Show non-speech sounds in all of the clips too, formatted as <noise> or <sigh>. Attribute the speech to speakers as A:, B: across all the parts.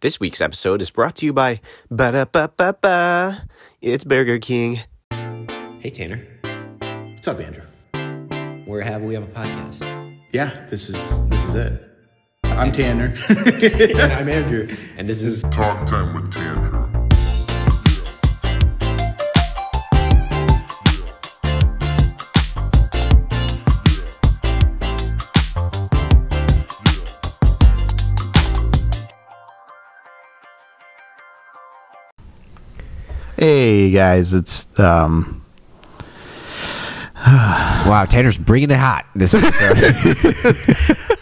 A: This week's episode is brought to you by ba da ba ba ba. It's Burger King.
B: Hey Tanner,
C: What's up, Andrew?
B: where have we have a podcast,
C: Yeah, this is this is it. I'm
B: <laughs>
C: Tanner.
B: I'm Andrew, and this is
D: Talk Time with Tanner.
E: Hey guys, it's um
B: wow. Tanner's bringing it hot this episode.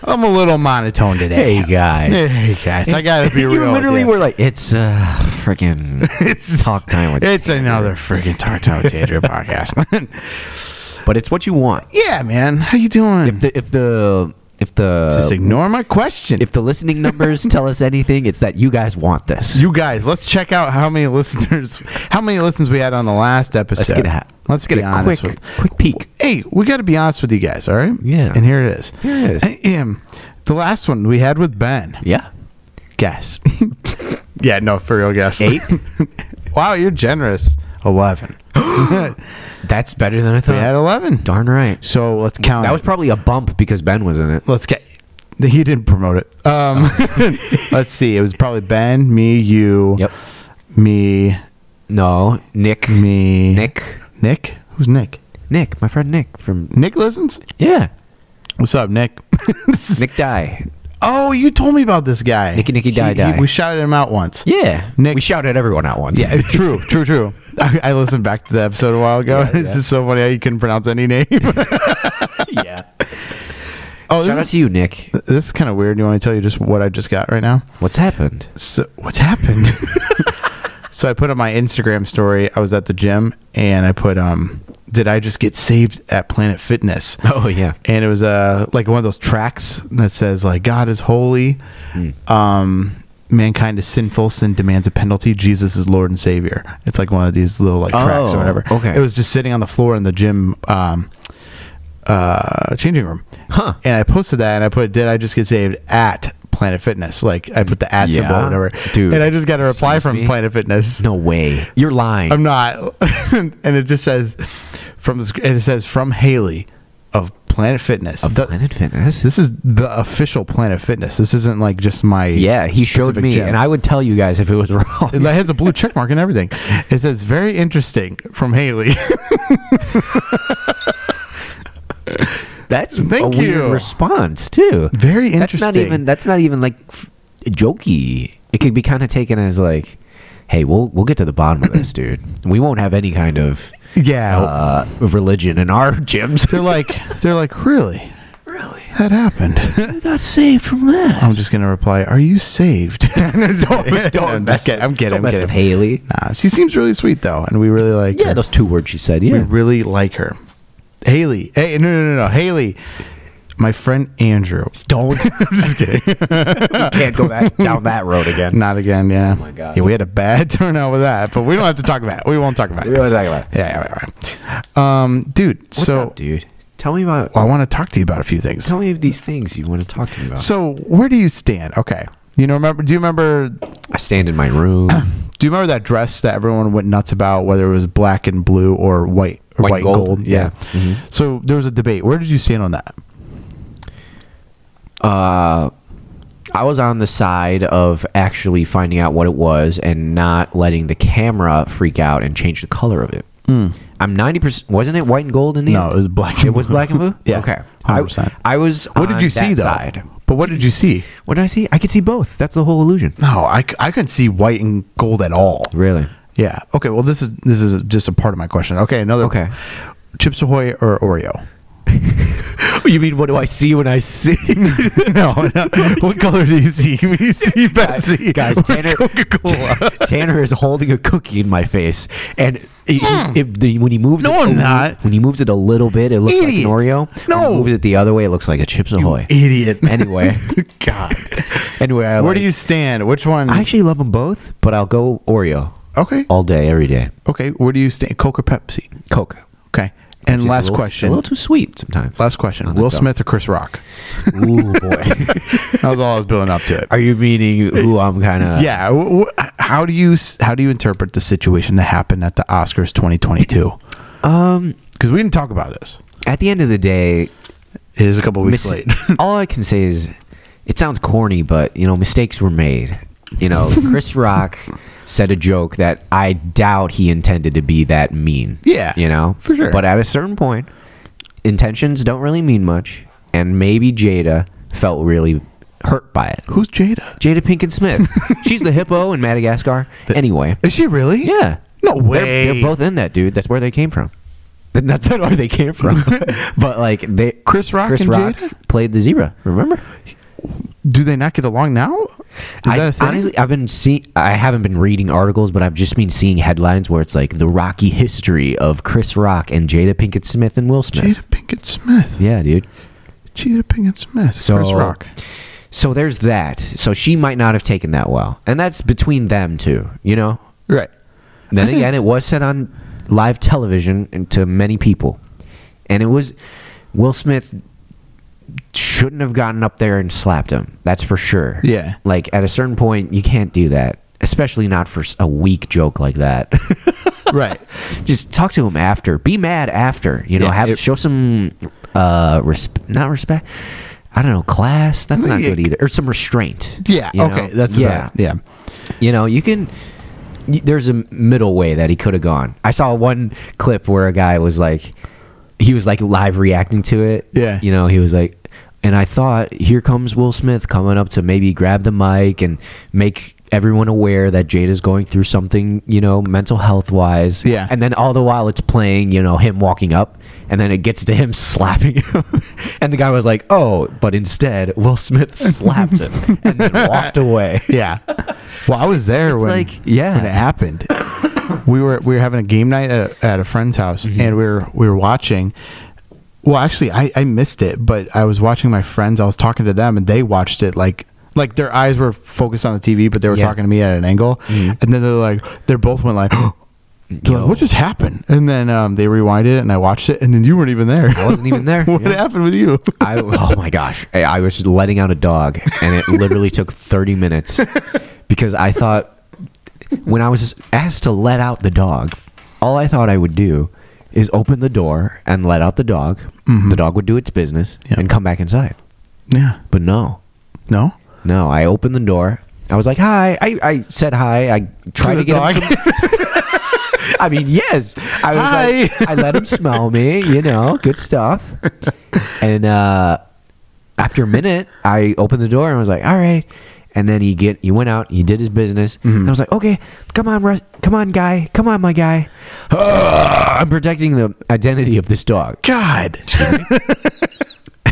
E: <laughs> I'm a little monotone today.
B: hey guys,
E: Hey guys, I gotta be
B: you
E: real.
B: literally
E: with
B: were like, it's uh,
E: <laughs>
B: freaking it's talk time with,
E: It's another freaking Tartan Tantra podcast. <laughs>
B: but it's what you want.
E: yeah, man, how you doing?
B: If the if the if
E: Just
B: the
E: ignore my question.
B: if the listening
E: <laughs>
B: numbers tell us anything, it's that you guys want this.
E: you guys, let's check out how many listeners, how many listens we had on the last episode.
B: Let's get a hat.
E: Let's
B: get
E: be
B: a
E: honest
B: quick
E: with-
B: quick peek.
E: Hey, we got to be honest with you guys, all right?
B: Yeah.
E: And here it is.
B: Here it is.
E: Hey, um, the last one we had with Ben.
B: Yeah,
E: Guess. <laughs> yeah, no, for real guess.
B: Eight?
E: <laughs> wow, you're generous. 11.
B: that's better than I thought.
E: We had 11.
B: Darn right.
E: So let's count.
B: That was
E: it.
B: probably a bump because Ben was in it.
E: let's get. He didn't promote it. Um,
B: Oh.
E: <laughs> let's see. It was probably Ben, me, you,
B: Yep.
E: me,
B: No, Nick,
E: me,
B: Nick,
E: Nick. Who's Nick?
B: Nick, my friend Nick from
E: Nick listens.
B: yeah,
E: What's up, Nick? <laughs> This is-
B: Nick Die.
E: oh, you told me about this guy.
B: Nicky, Nicky,
E: He-
B: die,
E: he-
B: die.
E: We shouted him out once.
B: Yeah,
E: Nick-
B: We shouted everyone out once.
E: <laughs> Yeah, true, true, true. I, I listened back to the episode a while ago. and It's just so funny how you couldn't pronounce any name.
B: <laughs>
E: <laughs>
B: yeah.
E: oh,
B: Shout out
E: this
B: to you, Nick.
E: is, this is kind of weird. You want to tell you just what I just got right now?
B: What's happened?
E: so what's happened? <laughs> so I put on my Instagram story. I was at the gym and I put um did I just get saved at Planet Fitness?
B: Oh yeah.
E: And it was uh like one of those tracks that says like God is holy.
B: Hmm.
E: Um mankind is sinful sin demands a penalty jesus is lord and savior it's like one of these little like tracks
B: Oh,
E: or whatever
B: okay.
E: it was just sitting on the floor in the gym um uh changing room
B: Huh.
E: and i posted that and i put did i just get saved at planet fitness like i put the at
B: Yeah.
E: symbol, whatever.
B: Dude,
E: and I just got a reply
B: excuse
E: from
B: me?
E: Planet Fitness.
B: No way. You're lying.
E: I'm not. <laughs> and it just says from and it says from Haley of Planet Fitness.
B: Of
E: The-
B: Planet Fitness.
E: This is the official Planet Fitness. This isn't like just my
B: yeah, he showed
E: specific
B: me,
E: gym.
B: and I would tell you guys if it was <laughs> wrong.
E: It has a blue check mark and everything. It says very interesting from Haley. <laughs>
B: That's a
E: Thank
B: weird
E: you.
B: response too.
E: Very
B: That's not
E: interesting.
B: even. That's not even like f- jokey. It could be kind of taken as like, hey, we'll we'll get to the bottom of this, <laughs> dude. We won't have any kind of
E: yeah.
B: uh, religion in our <laughs> gyms.
E: they're like they're like really
B: really
E: that happened. <laughs>
B: not saved from that.
E: I'm just gonna reply. Are you saved? <laughs> Oh,
B: <laughs> don't
E: I'm
B: don't
E: just
B: mess.
E: kidding. I'm kidding.
B: Don't
E: I'm
B: mess
E: kidding.
B: with Haley.
E: Nah, she seems really sweet though, and we really like.
B: Yeah,
E: her.
B: those two words she said. Yeah.
E: We really like her. Haley. Hey, no, no, no, no. Haley. My friend Andrew.
B: don't.
E: <laughs> I'm just kidding.
B: can't go that, down that road again.
E: Not again, yeah. Oh my God. Yeah, we had a bad <laughs> turnout with that, but we don't have to talk about it. We won't talk about it.
B: won't talk about it.
E: Yeah, yeah, yeah, yeah. Um, dude,
B: What's
E: <laughs> so
B: up, dude? Tell me about.
E: I want to talk to you about a few things.
B: tell me of these things you want to talk to me about.
E: so, where do you stand? Okay. You know, remember, do you remember
B: I stand in my room.
E: <clears throat> Do you remember that dress that everyone went nuts about, whether it was black and blue or white or
B: White and
E: white, gold?
B: gold,
E: Yeah. Mm-hmm. So there was a debate. Where did you stand on that?
B: uh, I was on the side of actually finding out what it was and not letting the camera freak out and change the color of it. I'm 90%. Wasn't it white and gold in the
E: Mm. No, it was black and
B: It was
E: blue.
B: black and blue?
E: <laughs> Yeah,
B: Okay.
E: 100%.
B: I, I was.
E: What did
B: on
E: you see
B: that
E: though?
B: Side.
E: But what did you see?
B: What did I see? I could see both. That's the whole
E: <laughs>
B: illusion.
E: No, I, c- I couldn't see white and gold at all.
B: Really?
E: Yeah. Okay. Well, this is this is just a part of my question. Okay. Another.
B: Okay.
E: Chips Ahoy or Oreo?
B: You mean what do I see when I see?
E: <laughs> no, no. What color do you see? We see Pepsi,
B: guys,
E: or
B: Tanner,
E: Coca-Cola.
B: <laughs> Tanner is holding a cookie in my face, and he- he- if the, when he moves,
E: No,
B: it, a
E: I'm
B: little-
E: not.
B: When he moves it a little bit, it looks like
E: Idiot.
B: an Oreo.
E: No.
B: when he moves it the other way, it looks like a Chips Ahoy.
E: Idiot.
B: Anyway,
E: God.
B: anyway, I
E: <laughs> Where
B: like-
E: do you stand? Which one?
B: I actually love them both, but I'll go Oreo
E: okay.
B: all day, every day.
E: Okay. Where do you stand? Coke or Pepsi?
B: Coke.
E: Okay. And
B: She's a
E: last
B: little-
E: question.
B: A little too sweet sometimes.
E: Last question:
B: On
E: Will
B: the dog.
E: Smith or Chris Rock?
B: Ooh boy.
E: <laughs> That was all I was building up
B: <laughs>
E: to it.
B: Are you meaning who I'm kind of?
E: yeah. wh- wh- how do you s- how do you interpret the situation that happened at the
B: <laughs>
E: Oscars 2022?
B: Um.
E: Because we didn't talk about this.
B: At the end of the day,
E: It is a couple weeks
B: mis- <laughs>
E: late. <laughs>
B: all I can say is, it sounds corny, but you know, mistakes were made. You
E: <laughs>
B: know, Chris Rock said a joke that I doubt he intended to be that mean.
E: Yeah,
B: You know,
E: for sure.
B: But at a certain point, intentions don't really mean much, and maybe Jada felt really hurt by it.
E: Who's Jada?
B: Jada Pinkett Smith.
E: <laughs>
B: She's the hippo in Madagascar. Anyway.
E: Is she really?
B: Yeah.
E: No
B: They're-
E: way.
B: They're, both in that, dude. That's where they came from. And That's not where they came <laughs> from. but like they
E: Chris Rock and Jada?
B: played the zebra. Remember?
E: Do they not get along now? Is
B: I,
E: that a thing?
B: Honestly, I've been seeing. I haven't been reading articles, but I've just been seeing headlines where it's like the rocky history of Chris Rock and Jada Pinkett Smith and Will Smith.
E: Jada Pinkett Smith.
B: Yeah, dude.
E: Jada Pinkett Smith.
B: So <laughs>
E: Chris Rock.
B: So there's that. So she might not have taken that well, and that's between them two. You know.
E: Right.
B: Then
E: <laughs>
B: again, it was said on live television and to many people, and it was Will Smith shouldn't have gotten up there and slapped him. That's for sure.
E: Yeah.
B: like at a certain point, you can't do that, especially not for s- a weak joke like that. <laughs>
E: Right.
B: Just talk to him after. Be mad after. You know,
E: Yeah,
B: have
E: it-
B: show some uh, resp- not respect. I don't know, class. That's not
E: Yeah.
B: good either, or some restraint.
E: <laughs> Yeah.
B: you
E: okay.
B: know?
E: That's what I- yeah.
B: You know, you can. y- There's a middle way that he could have gone. I saw one clip where a guy was like, he was like live reacting to it.
E: Yeah.
B: You know, he was like, and I thought, here comes Will Smith coming up to maybe grab the mic and make everyone aware that Jada's going through something, you know, mental health wise.
E: Yeah.
B: And then all the while it's playing, you know, him walking up, and then it gets to him <laughs> slapping him. <laughs> and the guy was like, oh, but instead, Will Smith <laughs> slapped him and then walked <laughs> away.
E: Yeah. Well, I was there
B: it's
E: when
B: like- yeah.
E: when it happened. we were we were having a game night at, at a friend's house,
B: Mm-hmm.
E: and we were we were watching. Well, actually, I, I missed it, but I was watching my friends. I was talking to them, and they watched it like like their eyes were focused on the TV, but they were
B: Yeah. Mm-hmm.
E: talking to me at an angle. And then they're like, they're both went like. <gasps> They're like,
B: Yo.
E: what just happened? And then um, they rewinded it, and I watched it, and then you weren't even there.
B: I wasn't
E: <laughs>
B: even there. <laughs>
E: what
B: yeah.
E: happened with you?
B: I, oh my gosh. I- I was letting out a dog, and it literally took 30 minutes because I thought when I was asked to let out the dog, all I thought I would do is open the door and let out the dog. The dog would do its business
E: Mm-hmm. Yeah.
B: and come back inside.
E: yeah.
B: But no,
E: No.
B: no. I opened the door. I was like, hi. I, I said hi. I tried to,
E: the
B: get him
E: <laughs> dog.
B: I mean, yes. I was
E: Hi.
B: like, I let him smell me, you know, good stuff. And uh, after a minute, I opened the door and was like, all right. And then he get he went out, he did his business.
E: Mm-hmm.
B: And I was like, okay, come on, Russ, come on, guy, come on, my guy. <sighs> Ah, I'm protecting the identity of this dog.
E: God. <laughs>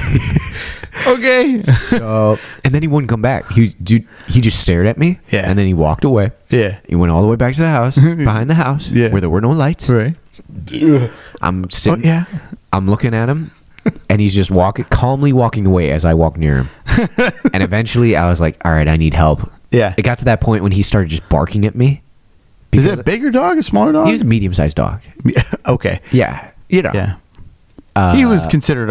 E: okay. <laughs>
B: So, and then he wouldn't come back. He dude, he just stared at me.
E: Yeah.
B: And then he walked away.
E: Yeah.
B: He went all the way back to the
E: <laughs>
B: house, behind the house,
E: Yeah.
B: where there were no lights.
E: Right.
B: I'm
E: Oh,
B: sitting.
E: yeah.
B: I'm looking at him, and he's just walking calmly walking away as I walk near him.
E: <laughs>
B: and eventually, I was like, "All right, I need help."
E: Yeah.
B: It got to that point when he started just barking at me.
E: Is it a bigger dog, a smaller dog?
B: he was a medium-sized dog.
E: <laughs> okay.
B: Yeah, you know.
E: Yeah. Uh, he was considered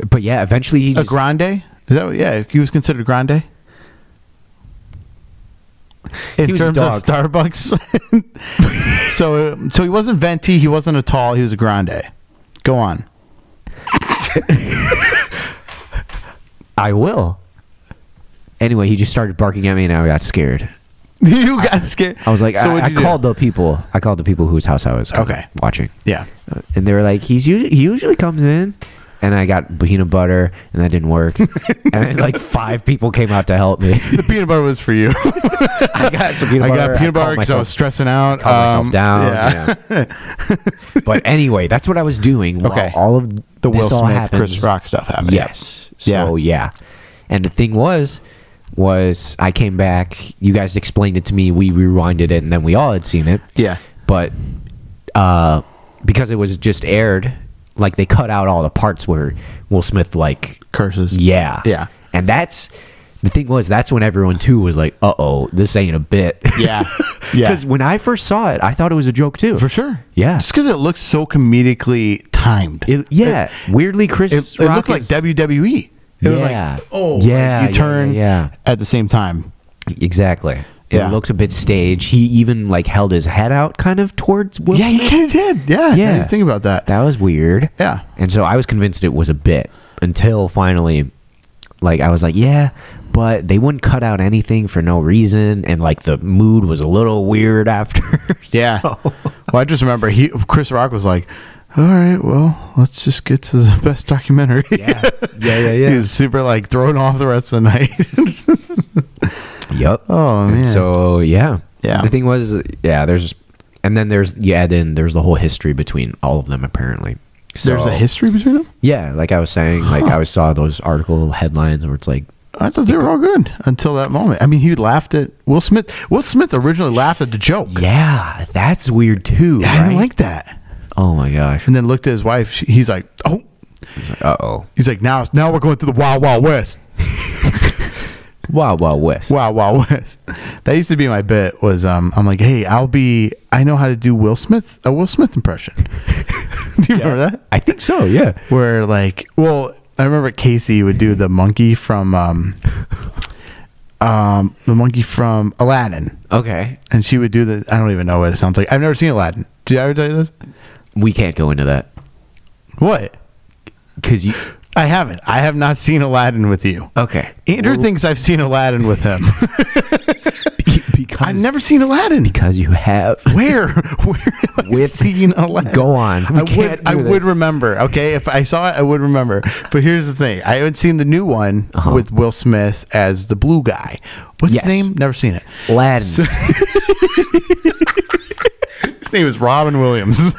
E: a,
B: But yeah, eventually he
E: a
B: just.
E: grande. Is that, yeah, he was considered grande. In
B: He was a
E: terms of
B: dog.
E: Starbucks. <laughs> so so he wasn't venti, he wasn't a tall, he was a grande. Go on.
B: I will. Anyway, he just started barking at me, and I got scared.
E: <laughs> you got scared.
B: I was like,
E: so
B: I,
E: what'd
B: I
E: you do?
B: called the people. I called the people whose house I was
E: Okay.
B: watching.
E: Yeah.
B: Uh, and they were like, "He's usually, he usually comes in." And I got peanut butter, and that didn't
E: <laughs>
B: work. and then, like five people came out to help me. <laughs>
E: The peanut butter was for you. <laughs>
B: I got some peanut
E: I
B: butter.
E: got peanut butter because I was stressing out.
B: calmed myself
E: um,
B: down.
E: yeah. <laughs>
B: yeah. but anyway, that's what I was doing. While
E: Okay.
B: All of
E: <laughs> the
B: this
E: Will
B: all
E: Smith,
B: happens.
E: Chris Rock stuff happened.
B: Yes.
E: Yeah.
B: So yeah. And the thing was, was I came back. You guys explained it to me. We rewinded it, and then we all had seen it.
E: Yeah.
B: But uh, because it was just aired, like they cut out all the parts where Will Smith like
E: Curses.
B: yeah.
E: Yeah.
B: And that's the thing was that's when everyone too was like, uh oh, this ain't a bit.
E: <laughs> Yeah.
B: <laughs>
E: Yeah.
B: Because when I first saw it, I thought it was a joke too.
E: for sure.
B: Yeah.
E: just because it looks so comedically timed.
B: It- yeah. Weirdly, Chris
E: it, it
B: Rock
E: looked like
B: is-
E: WWE. It was
B: Yeah.
E: like, oh, like,
B: Yeah, yeah,
E: you turn
B: yeah,
E: at the same time.
B: Exactly. It
E: Yeah.
B: looked a bit staged. He even like held his head out kind of towards Will.
E: <laughs> Yeah, you
B: Smith.
E: kind of did. Yeah, yeah.
B: Yeah.
E: you think about that.
B: That was weird.
E: Yeah.
B: And so I was convinced it was a bit until finally, like, I was like, yeah, but they wouldn't cut out anything for no reason. And, like, the mood was a little weird <laughs> after.
E: Yeah.
B: <laughs> So-
E: Well, I just remember he Chris Rock was like, "All right, well, let's just get to the <laughs> best documentary."
B: Yeah. Yeah, yeah,
E: <laughs> he
B: yeah.
E: was super like thrown off the rest of the night.
B: Yep.
E: Oh,
B: And
E: man.
B: So yeah,
E: Yeah.
B: The thing was, yeah. There's, and then there's you add in there's the whole history between all of them apparently. So,
E: There's a history between them.
B: Yeah, like I was saying, like I always saw those article headlines where it's like,
E: I thought they were all good until that moment. I mean, he laughed at Will Smith. Will Smith originally laughed at the joke.
B: yeah, that's weird too.
E: I
B: right?
E: didn't like that.
B: Oh my gosh.
E: And then looked at his wife. She, he's like, "Oh,
B: Uh oh.
E: he's like now, now we're going to the Wild Wild West."
B: Wow, wow, West.
E: Wow, wow, <laughs> West. That used to be my bit. Was um, I'm like, hey, I'll be. I know how to do Will Smith a Will Smith impression. <laughs> do you remember that?
B: I think so. Yeah.
E: Where like, well, I remember Casey would do the monkey from um, um, the monkey from Aladdin,
B: Okay.
E: and she would do the. I don't even know what it sounds like. I've never seen Aladdin. Did I ever tell you this?
B: We can't go into that
E: What?
B: because you.
E: I haven't. I have not seen Aladdin with you.
B: Okay.
E: Andrew thinks I've seen Aladdin with him.
B: <laughs> because
E: I've never seen Aladdin. <laughs>
B: because you have.
E: Where? Where have I
B: With-
E: seen Aladdin?
B: Go on. We
E: I would.
B: can't do
E: I would
B: this.
E: remember. Okay, if I saw it, I would remember. But here's the thing: I haven't seen the new one
B: Uh-huh.
E: with Will Smith as the blue guy. What's
B: Yes.
E: his name? Never seen it.
B: Aladdin.
E: <laughs> His name is Robin
B: <laughs>
E: Williams.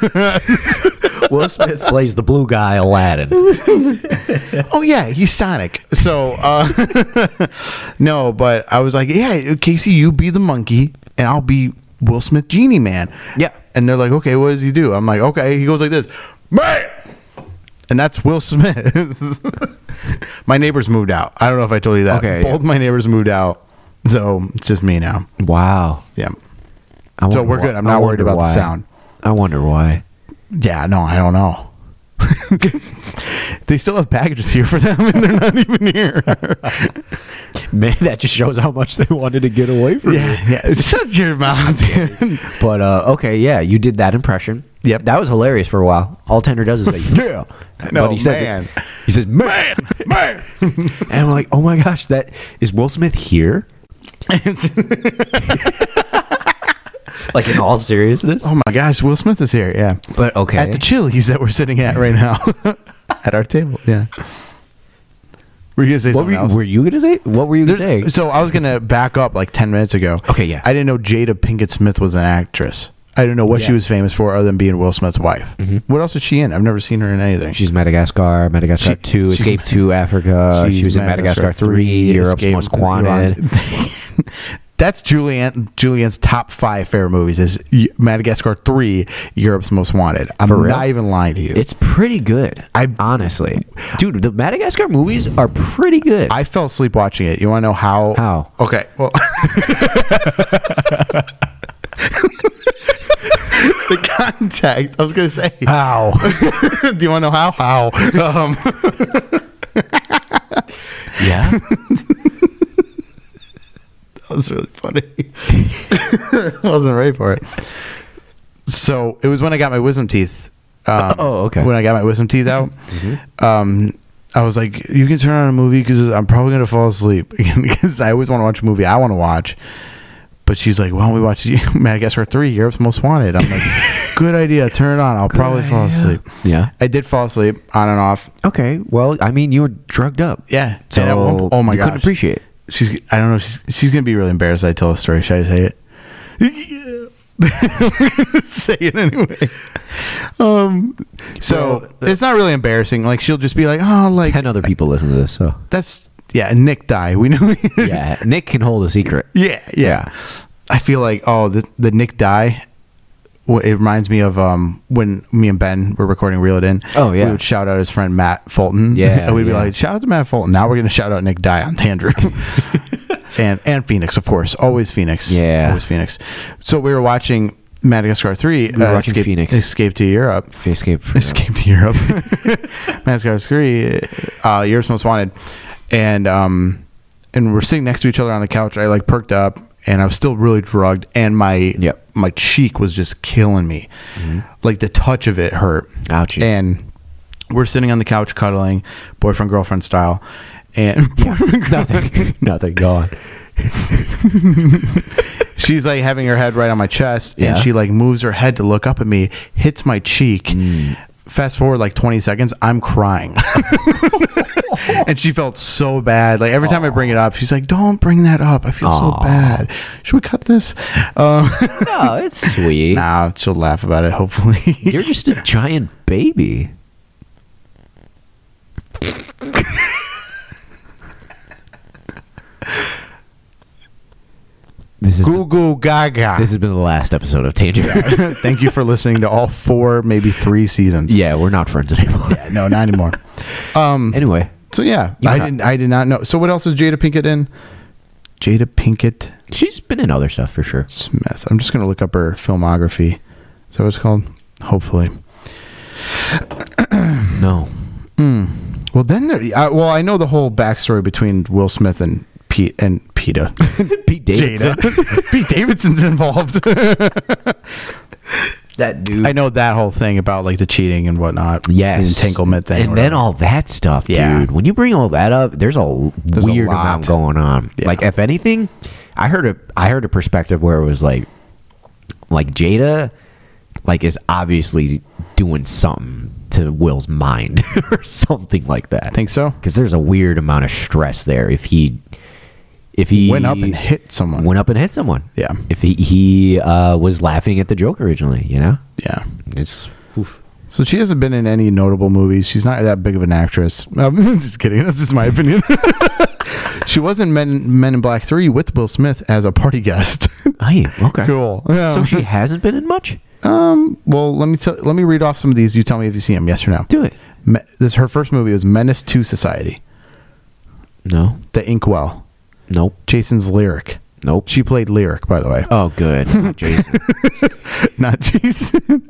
B: Will Smith plays the blue guy, Aladdin.
E: oh yeah, he's Sonic. So uh, <laughs> no, but I was like, yeah, Casey, you be the monkey, and I'll be Will Smith genie man.
B: Yeah.
E: And they're like, okay, what does he do? I'm like, okay, he goes like this, man. And that's Will Smith. <laughs> my neighbors moved out. I don't know if I told you that.
B: Okay,
E: Both my neighbors moved out, so it's just me now.
B: Wow.
E: Yeah.
B: I
E: So
B: wonder
E: we're
B: wh-
E: good. I'm
B: I
E: not worried
B: wonder
E: about the
B: why.
E: sound.
B: I wonder why.
E: Yeah. No, I don't know. <laughs> they still have packages here for them, and they're not even here.
B: Man, that just shows how much they wanted to get away from
E: Yeah, yeah. <laughs> Shut your mouth, dude.
B: But uh, okay, yeah, you did that impression.
E: Yep.
B: that was hilarious for a while. All Tender does is like,
E: <laughs>
B: "Yeah,"
E: know,
B: but he says, it-
E: man.
B: "He says, man,",
E: Man.
B: <laughs> and I'm like, "Oh my gosh, that is Will Smith
E: <laughs>
B: here?" Like in all seriousness.
E: oh my gosh, Will Smith is here. Yeah.
B: But okay,
E: At the Chili's that we're sitting at
B: <laughs>
E: right now, at our table. Yeah. Were you gonna say
B: what were
E: something
B: you,
E: else?
B: were you gonna say? What were you gonna say?
E: There's- so I was gonna back up like ten minutes ago.
B: Okay, yeah.
E: I didn't know Jada Pinkett Smith was an actress. I didn't know what she
B: Yeah. Mm-hmm.
E: was famous for other than being Will Smith's wife. What else was she in? I've never seen her in anything.
B: She's Madagascar, Madagascar
E: She-
B: two,
E: she's-
B: Escape two, Africa.
E: She's
B: Oh, She was in Madagascar, three, Europe's
E: Escape
B: most
E: from
B: wanted.
E: Iran. <laughs> That's Julian Julian's top five favorite movies is Y- Madagascar three, Europe's most wanted. I'm
B: real?
E: not even lying to you.
B: It's pretty good.
E: I-
B: honestly, dude, the Madagascar movies are pretty good.
E: I fell asleep watching it. You want to know how?
B: How?
E: Okay. Well, <laughs> the contact. I was gonna say. <laughs>
B: How?
E: Do you want to know how? How? Um,
B: yeah.
E: <laughs> That was really funny. <laughs> I wasn't ready for it. So it was when I got my wisdom teeth. Um,
B: Oh, okay. Mm-hmm.
E: When I got my wisdom teeth out, um, I was like, "You can turn on a movie because I'm probably gonna fall asleep <laughs> because I always want to watch a movie I want to watch." But she's like, "Why don't we watch <laughs> Madagascar Three: Europe's Most Wanted?"
B: <laughs>
E: I'm like, "Good idea. Turn it on. I'll probably fall
B: idea."
E: asleep."
B: Yeah.
E: I did fall asleep on and off.
B: <laughs> Okay. Well, I mean, you were drugged up.
E: Yeah.
B: So,
E: And at one po- oh my
B: you
E: god,
B: couldn't appreciate it.
E: She's. I don't know. If she's. She's gonna be really embarrassed. I tell a story. Should I say it? <laughs> say it anyway. Um. So it's not really embarrassing. Like she'll just be like, oh, like
B: Ten other people listen to this,
E: <laughs>
B: so
E: that's yeah. Nick died. We know.
B: yeah. Nick can hold a secret.
E: yeah. Yeah. I feel like oh the the Nick die. wh- It reminds me of um, when me and Ben were recording Reel It In.
B: Oh, yeah.
E: We would shout out his friend Matt Fulton.
B: Yeah,
E: <laughs> And we'd be
B: yeah.
E: <laughs> like, shout out to Matt Fulton. Now we're going to shout out Nick Dye on Tandrew. and and Phoenix, of course, always Phoenix.
B: Yeah.
E: always Phoenix. So we were watching Madagascar three. uh,
B: were watching
E: Escape,
B: Phoenix.
E: Escape to Europe.
B: Escape.
E: <laughs>
B: From
E: Escape to Europe. Madagascar three. Uh, Europe's Most Wanted, and um, and we're sitting next to each other on the couch. I like perked up, and I was still really drugged, and my
B: Yep.
E: my cheek was just killing me. Like the touch of it hurt.
B: Ouchie.
E: And we're sitting on the couch cuddling, boyfriend girlfriend style, and
B: <laughs>
E: <laughs>
B: nothing. nothing. Go on.
E: she's like having her head right on my chest
B: Yeah.
E: and she like moves her head to look up at me hits my cheek fast forward like 20 seconds i'm crying <laughs> and she felt so bad like every time i bring it up she's like don't bring that up i feel so bad should we cut this um <laughs>
B: No, it's <laughs> sweet.
E: nah she'll laugh about it hopefully
B: You're just a giant baby. <laughs> this is
E: <laughs> goo goo gaga
B: this has been the last episode of
E: <laughs>
B: Tanger.
E: thank you for listening to all four maybe three seasons
B: yeah, we're not friends anymore.
E: no not anymore um
B: Anyway,
E: so yeah
B: You
E: i
B: cut.
E: didn't i did not know so what else is jada pinkett in jada pinkett
B: she's been in other stuff for sure.
E: Smith. I'm just gonna look up her filmography. Is that what it's called? Hopefully.
B: No,
E: Well, then there. I, well, I know the whole backstory between Will Smith and Pete and <laughs> Peta.
B: Pete Davidson.
E: Jada. <laughs> Pete Davidson's involved.
B: That dude.
E: <laughs> I know that whole thing about like the cheating and whatnot.
B: Yes.
E: the entanglement thing.
B: And
E: or
B: then
E: whatever.
B: all that stuff,
E: Yeah.
B: dude. When you bring all that up, there's a
E: There's a
B: weird
E: lot.
B: amount going on.
E: Yeah.
B: Like if anything, I heard a I heard a perspective where it was like like Jada like is obviously doing something to Will's mind <laughs> or something like that.
E: Think so?
B: Cuz there's a weird amount of stress there if he if he
E: Went up and hit someone.
B: went up and hit someone.
E: Yeah.
B: If he he uh, was laughing at the joke originally, you know?
E: Yeah.
B: It's
E: <laughs> So she hasn't been in any notable movies. She's not that big of an actress. <laughs> I'm just kidding. That's just my opinion. <laughs> she was in Men, Men in Black 3 with Will Smith as a party guest.
B: Hey, okay.
E: Cool.
B: So
E: Yeah.
B: she hasn't been in much?
E: <laughs> Um. Well, let me tell. Let me read off some of these. You tell me if you see them. Yes or no.
B: Do it.
E: Me- this her first movie was Menace to Society,
B: No.
E: The Inkwell,
B: Nope.
E: Jason's Lyric.
B: Nope.
E: She played Lyric, by the way,
B: Oh,
E: <laughs>
B: good. Not Jason.
E: not <laughs> Jason.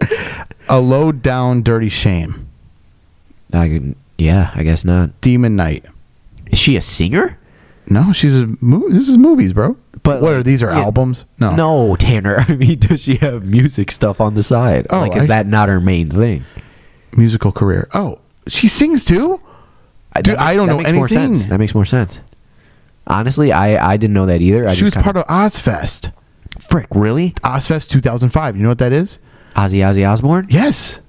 E: a low down, dirty shame.
B: I can, yeah, I guess not.
E: Demon Knight.
B: Is she a singer?
E: No, she's a movie. This is movies, bro.
B: But,
E: what
B: like,
E: are these? Are
B: yeah.
E: albums? No.
B: No, Tanner. <laughs> I mean, does she have music stuff on the side?
E: Oh,
B: like, is
E: I-
B: that not her main thing?
E: Musical career. Oh, she sings too.
B: I-
E: Dude,
B: that ma-
E: I don't
B: that
E: know
B: makes More
E: anything.
B: sense. That makes more sense. Honestly, I, I didn't know that either. I
E: she was part of Ozfest.
B: of frick. Really?
E: Ozfest 2005. You know what that is?
B: Ozzy Ozzy Osbourne.
E: Yes.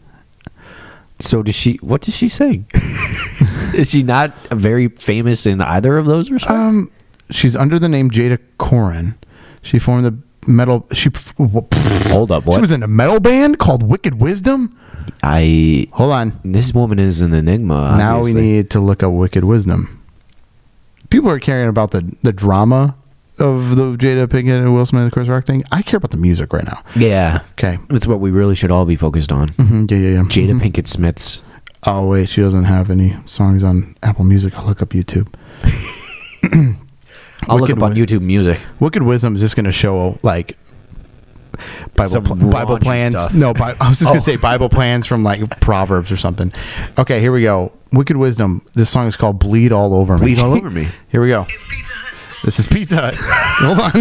B: So does she? What does she
E: <laughs>
B: sing? is she not very famous in either of those respects?
E: Um, she's under the name Jada Corin. She formed the metal. She
B: Hold up. What?
E: she was in a metal band called Wicked Wisdom.
B: I.
E: Hold on.
B: This woman is an enigma.
E: Now we
B: obviously.
E: need to look up Wicked Wisdom. People are caring about the the drama of the Jada Pinkett and Will Smith and Chris Rock thing. I care about the music right now.
B: Yeah.
E: Okay.
B: It's what we really should all be focused on.
E: Mhm, Yeah, yeah, yeah.
B: Jada Pinkett Smith's.
E: Oh wait, she doesn't have any songs on Apple Music. I'll look up YouTube.
B: I'll look
E: Wicked
B: up on
E: Wi-
B: YouTube
E: <laughs>
B: Music.
E: Wicked Wisdom is just going to show like Bible
B: Some
E: pl- Bible
B: raunchy
E: plans.
B: stuff. Oh.
E: No, Bi- I was just going to say Bible plans from like Proverbs or something. Okay, here we go. Wicked Wisdom. This song is called "Bleed All Over Me."
B: Bleed
E: <laughs>
B: all over me.
E: Here we go. This is Pizza Hut. <laughs> Hold on.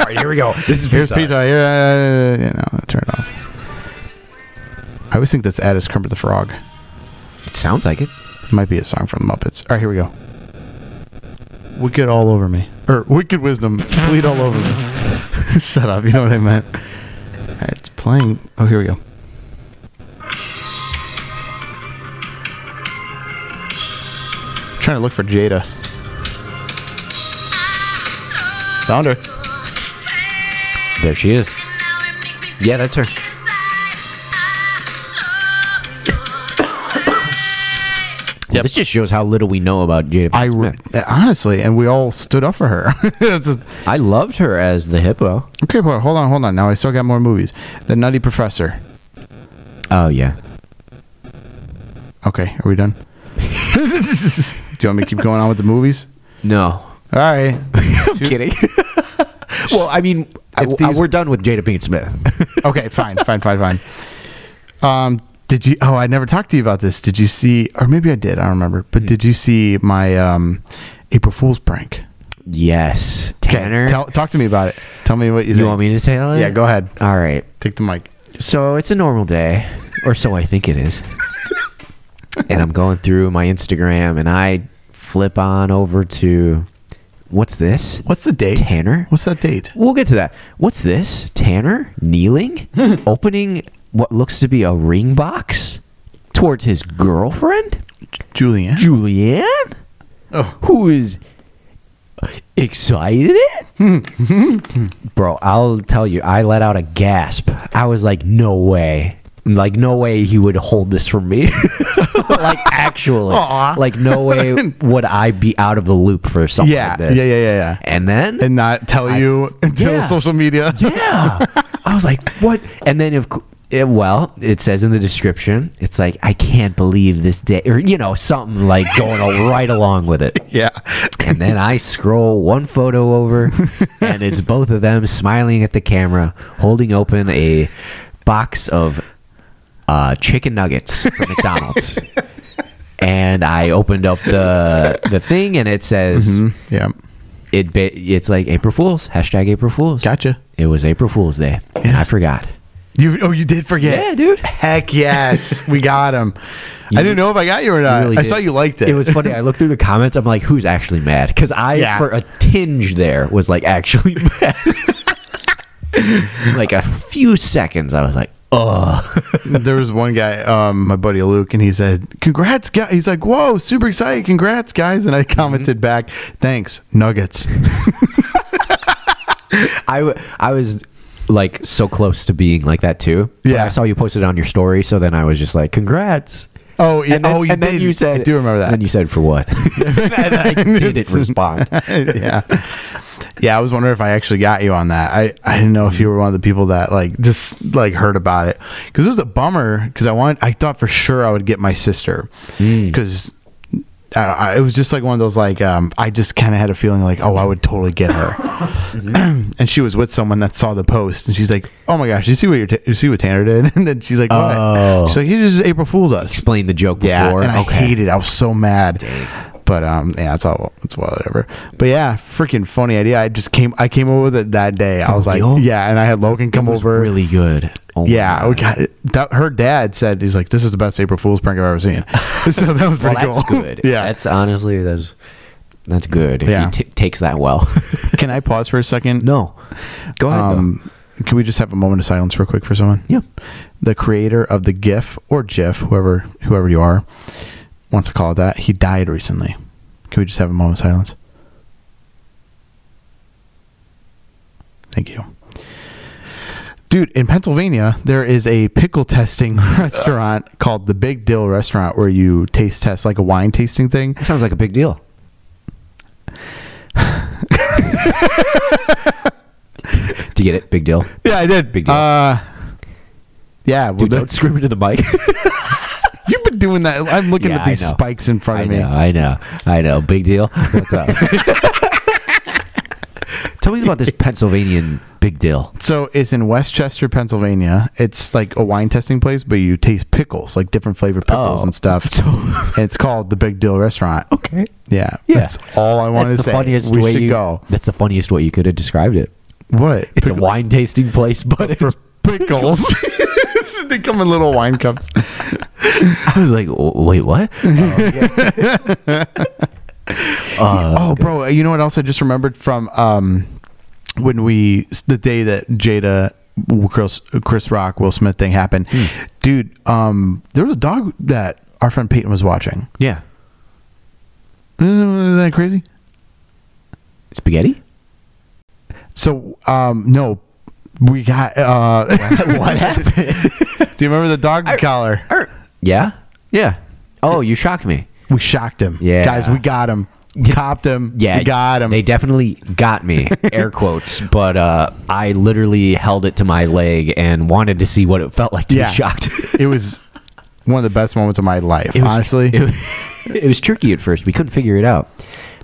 B: all right, here we go. This is
E: Here's Pizza Hut. Yeah, yeah, no, turn it off. I always think that's Addis Kermit the Frog.
B: It sounds like it.
E: It might be a song from the Muppets. All right, here we go. Wicked all over me, or wicked wisdom, bleed all over me. <laughs> Shut up. You know what I meant. All right, it's playing. Oh, here we go. trying to look for Jada. Found her.
B: There she is. Yeah, that's her. Yeah, This just shows how little we know about Jada Pinkett
E: I re-
B: Smith.
E: honestly, and we all stood up for her. <laughs> It's just-
B: I loved her as the hippo.
E: okay, but hold on, hold on. Now I still got more movies. The Nutty Professor.
B: Oh, yeah.
E: <laughs> Okay, are we done? Do you want me to keep going on with the movies? <laughs>
B: No.
E: All right.
B: I'm kidding. <laughs> well, I mean, I,
E: If
B: I-
E: these-
B: we're done with Jada Pinkett Smith.
E: <laughs> Okay, fine, fine, fine, fine. Um, did you? Oh, I never talked to you about this. Did you see? Or maybe I did. I don't remember. But did you see my um, April Fool's prank?
B: yes,
E: 'Kay,
B: Tanner.
E: tell, talk to me about it. Tell me what you,
B: you
E: think.
B: want me to tell it?
E: Yeah, go ahead.
B: All right.
E: Take the mic.
B: So it's a normal day, or so I think it is. and I'm going through my Instagram, and I flip on over to what's this?
E: What's the date?
B: Tanner?
E: What's that date?
B: We'll get to that. What's this? Tanner kneeling, opening what looks to be a ring box towards his girlfriend,
E: Julian.
B: Julianne,
E: Oh.
B: who is excited. Bro, I'll tell you, I let out a gasp. I was like, no way. Like, no way he would hold this from me. <laughs> like, actually.
E: <laughs> Aw.
B: Like, no
E: <laughs>
B: way would I be out of the loop for something
E: yeah,
B: like this.
E: yeah, yeah, yeah, yeah.
B: And then
E: And not tell you until
B: Yeah.
E: social media.
B: <laughs> yeah. I was like, what? And then, of cou- it, well, it says in the description, it's like, I can't believe this day, or, you know, something like going al- right along with it.
E: <laughs> yeah.
B: And then I scroll one photo over, and it's both of them smiling at the camera, holding open a box of uh, chicken nuggets from McDonald's. and I opened up the the thing, and it says
E: Mm, Yeah.
B: it ba- it's like April Fools hashtag April Fools.
E: Gotcha.
B: It was April Fool's Day. And I forgot.
E: You oh you did forget.
B: Yeah, dude.
E: Heck yes. we got him.
B: You-
E: I didn't know if I got you or not.
B: really
E: I
B: did.
E: saw you liked it.
B: It was funny. I looked through the comments. I'm like, who's actually mad? Because I,
E: Yeah.
B: for a tinge there, was like actually <laughs> mad. like a few seconds, I was like, ugh.
E: <laughs> there was one guy, um, my buddy Luke, and he said, Congrats, guys. He's like, Whoa, super excited. Congrats, guys. And I commented back, Thanks, Nuggets.
B: I, w- I was like so close to being like that too. But
E: Yeah.
B: I saw you posted on your story. So then I was just like, congrats.
E: Oh, yeah.
B: And then,
E: oh, you
B: and
E: did.
B: then you said,
E: I do remember that.
B: And you said, for
E: <laughs>
B: what? and I <laughs> didn't respond.
E: yeah. Yeah, I was wondering if I actually got you on that. I, I didn't know if you were one of the people that like just like heard about it because it was a bummer because I want I thought for sure I would get my sister because I, I, it was just like one of those like um, I just kind of had a feeling like oh I would totally get her <clears throat> and she was with someone that saw the post and she's like oh my gosh you see what your ta- you see what Tanner did <laughs> and then she's like what
B: Oh.
E: she's like you just April fooled us
B: Explain the joke before.
E: yeah, and I
B: okay.
E: hated. it. I was so mad. But um, yeah, it's all it's whatever. But yeah, freaking funny idea. I just came. I came over with it that day. I was like,
B: real?
E: yeah, and I had Logan come
B: It was
E: over.
B: really good. Oh my
E: yeah, we
B: God.
E: got it. That, her dad said he's like, this is the best April Fool's prank I've
B: <laughs>
E: ever seen. <laughs> so that was
B: Well,
E: pretty
B: that's
E: cool.
B: good.
E: <laughs> yeah.
B: that's honestly that's that's good. If
E: Yeah.
B: he t- takes that well. <laughs>
E: Can I pause for a second?
B: no, go ahead.
E: Um, can we just have a moment of silence real quick for someone?
B: though. Yeah,
E: The creator of the GIF or GIF, whoever whoever you are, wants to call it that. He died recently. Can we just have a moment of silence? Thank you. Dude, in Pennsylvania, there is a pickle testing <laughs> restaurant called the Big Dill Restaurant where you taste test like a wine tasting thing.
B: that sounds like a big deal. <laughs> Do you get it? Big deal.
E: Yeah, I did.
B: Big deal.
E: Uh, yeah, well,
B: Dude,
E: there-
B: don't scream into the mic.
E: you've been doing that. I'm looking
B: Yeah,
E: at these
B: I know.
E: spikes in front
B: I
E: of me.
B: know. I know. I know. Big deal. What's up? <laughs> Tell me about this Pennsylvanian big deal.
E: So it's in Westchester, Pennsylvania. It's like a wine testing place, but you taste pickles, like different flavored pickles
B: Oh.
E: and stuff.
B: <laughs> So-
E: and it's called the Big Deal Restaurant.
B: Okay.
E: Yeah,
B: Yeah.
E: that's all I
B: That's
E: wanted to
B: the
E: say.
B: funniest
E: we
B: way
E: should
B: you
E: go.
B: That's the funniest way you could have described it.
E: What?
B: It's
E: Pickle-
B: a wine tasting place, but <laughs> it's
E: pickles. <laughs> they come in little wine
B: <laughs>
E: cups.
B: I was like, "W- wait, <laughs> what?
E: oh, bro, you know what else I just remembered from um when we the day that Jada Chris, Chris Rock Will Smith thing happened,
B: Hmm.
E: dude. Um, there was a dog that our friend Peyton was watching.
B: yeah,
E: Isn't that crazy?
B: spaghetti.
E: So, um, no, we got. Uh, <laughs> what happened? Do you remember the dog collar?
B: Yeah, yeah. Oh, you shocked me.
E: We shocked him.
B: Yeah.
E: guys, we got him. Copped him.
B: Yeah,
E: we got him.
B: They definitely got
E: <laughs>
B: me. Air quotes, but uh, I literally held it to my leg and wanted to see what it felt like to
E: yeah,
B: be shocked. <laughs>
E: it was one of the best moments of my life.
B: <laughs> It was-
E: <laughs> honestly,
B: it, was- it was tricky at first. We couldn't figure it out,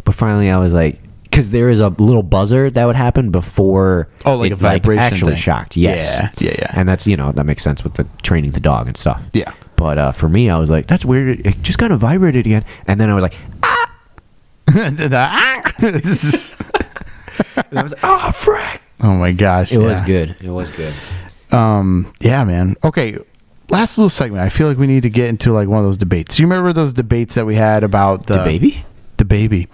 B: but finally, I was like, because there is a little buzzer that would happen before
E: Oh, like
B: it,
E: a vibration
B: actually
E: thing.
B: shocked. Yes.
E: Yeah, yeah, yeah.
B: And that's you know that makes sense with the training the dog and stuff.
E: Yeah.
B: But uh, for me, I was like, that's weird. It just kind of vibrated again, and then I was like, and I was like, oh frick!
E: "Ah!" <laughs> oh my gosh.
B: It was
E: yeah.
B: good. It was good.
E: Um, yeah, man. Okay. Last little segment. I feel like we need to get into like one of those debates. You remember those debates that we had about the
B: baby?
E: The baby.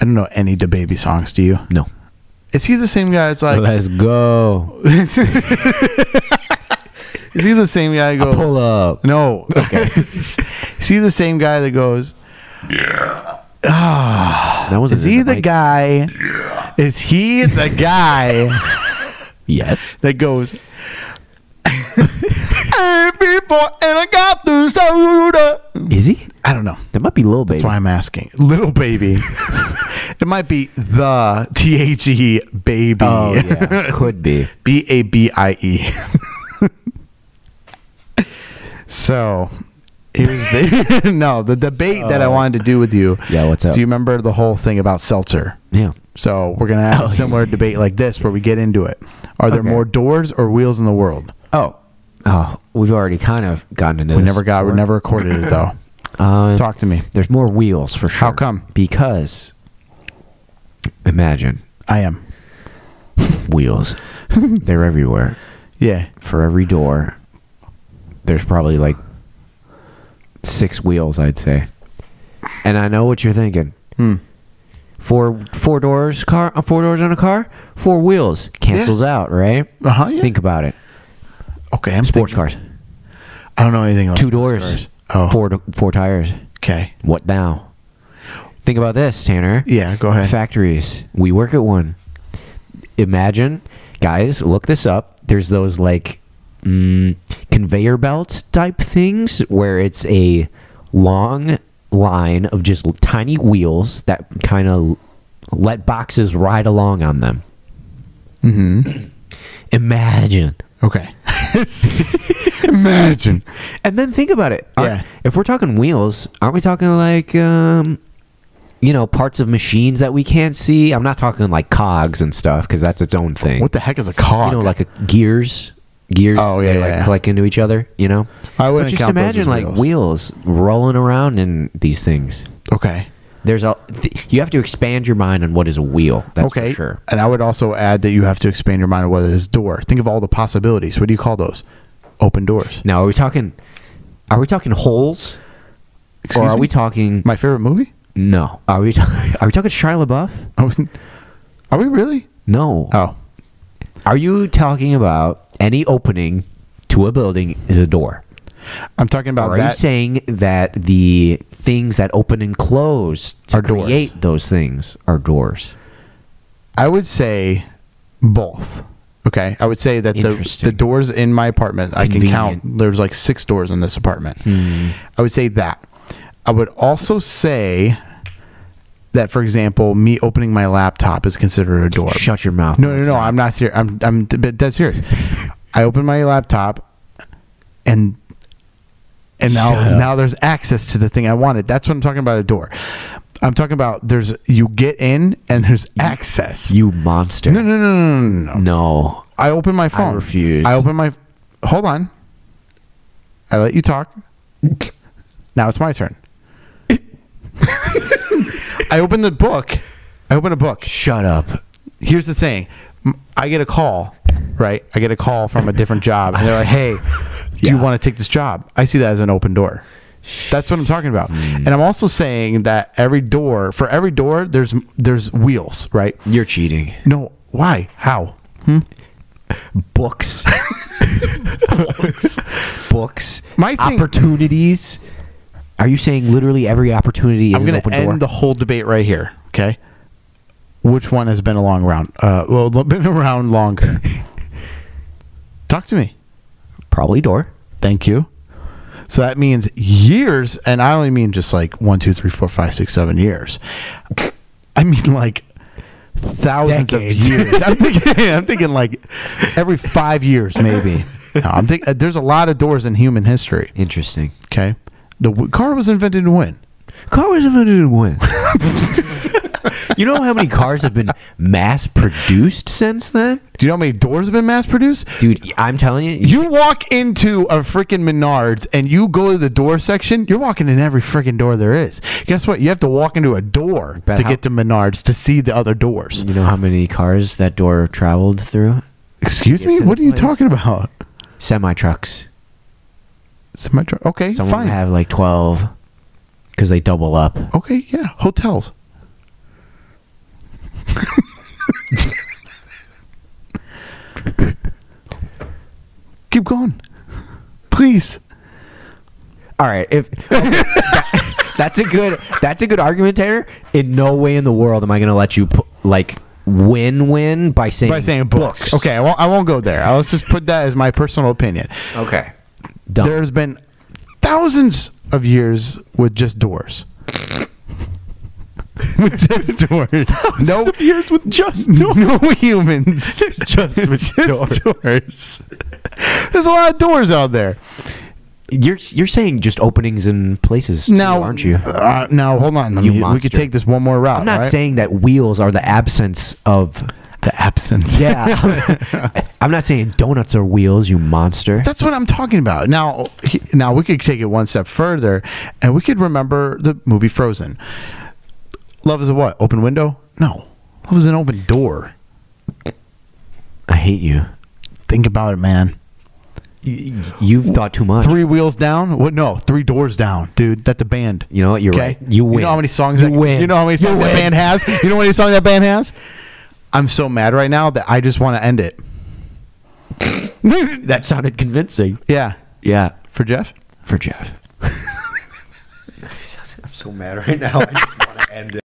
E: I don't know any the baby songs. Do you?
B: No.
E: Is he the same guy? It's like
B: Let's go.
E: is he the same guy? That goes,
B: Pull up.
E: <laughs> No. Okay. is he the same guy that goes?
B: That was
E: Is he the guy? Is he <laughs> the guy
B: Yes.
E: that <laughs> goes? hey, people, and I got the soda.
B: Is he?
E: I don't know.
B: That might be little baby.
E: Mm. That's why I'm asking. Little <laughs> baby. it might be the T H E baby.
B: Oh yeah, could
E: <laughs>
B: be.
E: B A B I E. <laughs> So here's the <laughs> no the debate that I wanted to do with you.
B: Yeah, what's up?
E: Do you remember the whole thing about seltzer?
B: Yeah.
E: So we're gonna have a similar debate like this where we get into it. Are there
B: Okay.
E: more doors or wheels in the world?
B: Oh. Oh, we've already kind of gotten into
E: We
B: this.
E: never got we never recorded
B: <coughs>
E: it though.
B: Uh,
E: Talk to me.
B: There's more wheels for sure.
E: How come?
B: Because imagine
E: I am. <laughs>
B: wheels. They're everywhere.
E: Yeah.
B: For every door, there's probably like six wheels, I'd say. And I know what you're thinking.
E: Hmm.
B: Four four doors car uh, four doors on a car, four wheels cancels out, right?
E: Uh-huh, yeah.
B: Think about it.
E: Okay. I'm
B: Sports
E: thinking-
B: cars,
E: I don't know anything about
B: two
E: sports
B: doors,
E: Oh.
B: four do- four tires.
E: Okay.
B: What now? Think about this, Tanner.
E: Yeah. Go ahead.
B: Factories. We work at one. Imagine, guys, look this up. There's those like mm, conveyor belt type things where it's a long line of just l- tiny wheels that kind of let boxes ride along on them. Mm-hmm. <clears throat> Imagine. <laughs>
E: Okay. <laughs> Imagine.
B: And then think about it. Aren't-
E: Yeah.
B: If we're talking wheels, aren't we talking like um you know, parts of machines that we can't see? I'm not talking like cogs and stuff cuz that's its own thing.
E: What the heck is a
B: you
E: car?
B: know like a, gears gears
E: Oh, yeah,
B: they,
E: yeah,
B: like
E: yeah.
B: click into each other, you know?
E: I
B: But
E: wouldn't
B: just
E: count those as
B: imagine like wheels. rolling around in these things.
E: Okay.
B: There's a th- you have to expand your mind on what is a wheel. That's
E: okay.
B: for sure.
E: And I would also add that you have to expand your mind on what is door. Think of all the possibilities. What do you call those? Open doors.
B: Now, are we talking are we talking holes or
E: Excuse
B: are
E: me?
B: we talking
E: My favorite movie? <laughs>
B: no? Are we <laughs> ta- are we talking Shia LaBeouf?
E: Are we, are we really?
B: No.
E: Oh.
B: Are you talking about any opening to a building is a door?
E: I'm talking about
B: Or are you
E: Uh, that.
B: saying that the things that open and close to
E: Are doors.
B: create those things are doors?
E: I would say both. Okay. I would say that the,
B: Interesting.
E: the doors in my apartment, I can count.
B: Convenient. Hmm.
E: There's like six doors in this apartment. I would say that. I would also say that, for example, me opening my laptop is considered a door.
B: Shut your mouth.
E: No, no, no. I'm not serious. I'm I'm d- but dead serious. I open my laptop, and
B: Shut
E: and now
B: up.
E: now there's access to the thing I wanted. That's what I'm talking about. A door. I'm talking about there's you get in and there's access.
B: You monster.
E: no, no, no, no, no, no, no.
B: No.
E: I open my phone.
B: refuse.
E: I open my. Hold on. I let you talk. Now it's
B: <laughs>
E: my turn. I open the book. I open a book
B: Shut up.
E: here's the thing M- i get a call right i get a call from a different job and they're like hey do you
B: Yeah.
E: want to take this job i see that as an open door that's what i'm talking about
B: Hmm.
E: and i'm also saying that every door for every door there's there's wheels right
B: You're cheating.
E: no why how <laughs>
B: Books. Books. Books.
E: My thing-
B: opportunities. Are you saying literally every opportunity is
E: i'm
B: an
E: gonna
B: open
E: end
B: door?
E: the whole debate right here okay which one has been a long round uh well <laughs> been around longer <laughs> talk to me
B: Probably door.
E: Thank you. So that means years, and I only mean just like one, two, three, four, five, six, seven years. I mean like thousands
B: Decades.
E: of years. I'm thinking, I'm thinking like every five years, maybe. No, I'm think, uh, there's a lot of doors in human history.
B: Interesting.
E: Okay, the w- car was invented to win.
B: Car was invented in when? <laughs> You know how many cars have been mass produced since then?
E: Do you know how many doors have been mass produced?
B: Dude, I'm telling you,
E: You walk into a freaking Menards and you go to the door section, you're walking in every freaking door there is. Guess what? You have to walk into a door
B: Bet
E: to
B: how-
E: get to Menards to see the other doors.
B: you know how many cars that door traveled through?
E: Excuse
B: Get
E: me?
B: to
E: What
B: the
E: are you
B: place.
E: talking about?
B: Semi trucks.
E: Semi truck. Okay,
B: Some of
E: fine.
B: them have like 12 because they double up.
E: okay, yeah. Hotels. <laughs> Keep going. Please.
B: All right, if <laughs> that's a good that's a good argument, Tanner. In no way in the world am I going to let you pu- like win win by saying
E: By saying books. Okay, I won't, I won't go there. I'll just put that as my personal opinion.
B: okay. Dumb.
E: There's been thousands of years with just <laughs> doors. with just doors. no
B: years with just
E: <laughs> No humans. <laughs> There's just, doors. <laughs> There's a lot of doors out there.
B: You're you're saying just openings and places too,
E: Now,
B: aren't you?
E: Uh, now, hold on. Let
B: You
E: me- we
B: monster.
E: could take this one more route.
B: I'm not
E: right?
B: saying that wheels are the absence
E: <laughs>
B: of.
E: the <laughs> absence.
B: Yeah, I'm not saying donuts are wheels, you monster.
E: That's what I'm talking about. Now, he- now we could take it one step further, and we could remember the movie Frozen. Love is a what? Open window? No, love is an open door.
B: I hate you.
E: Think about it, man.
B: Y- You've thought too much.
E: Three wheels down? What? No, three doors down, dude. That's a band.
B: You know what? You're right. You win.
E: You know how many songs
B: You
E: that,
B: win.
E: You know how many
B: You
E: songs that
B: win.
E: band has? You know how many songs that band has? I'm so mad right now that I just want to
B: <laughs>
E: end it.
B: That sounded convincing.
E: Yeah,
B: Yeah,
E: for Jeff.
B: for Jeff. I'm so mad right now. I just want to end it.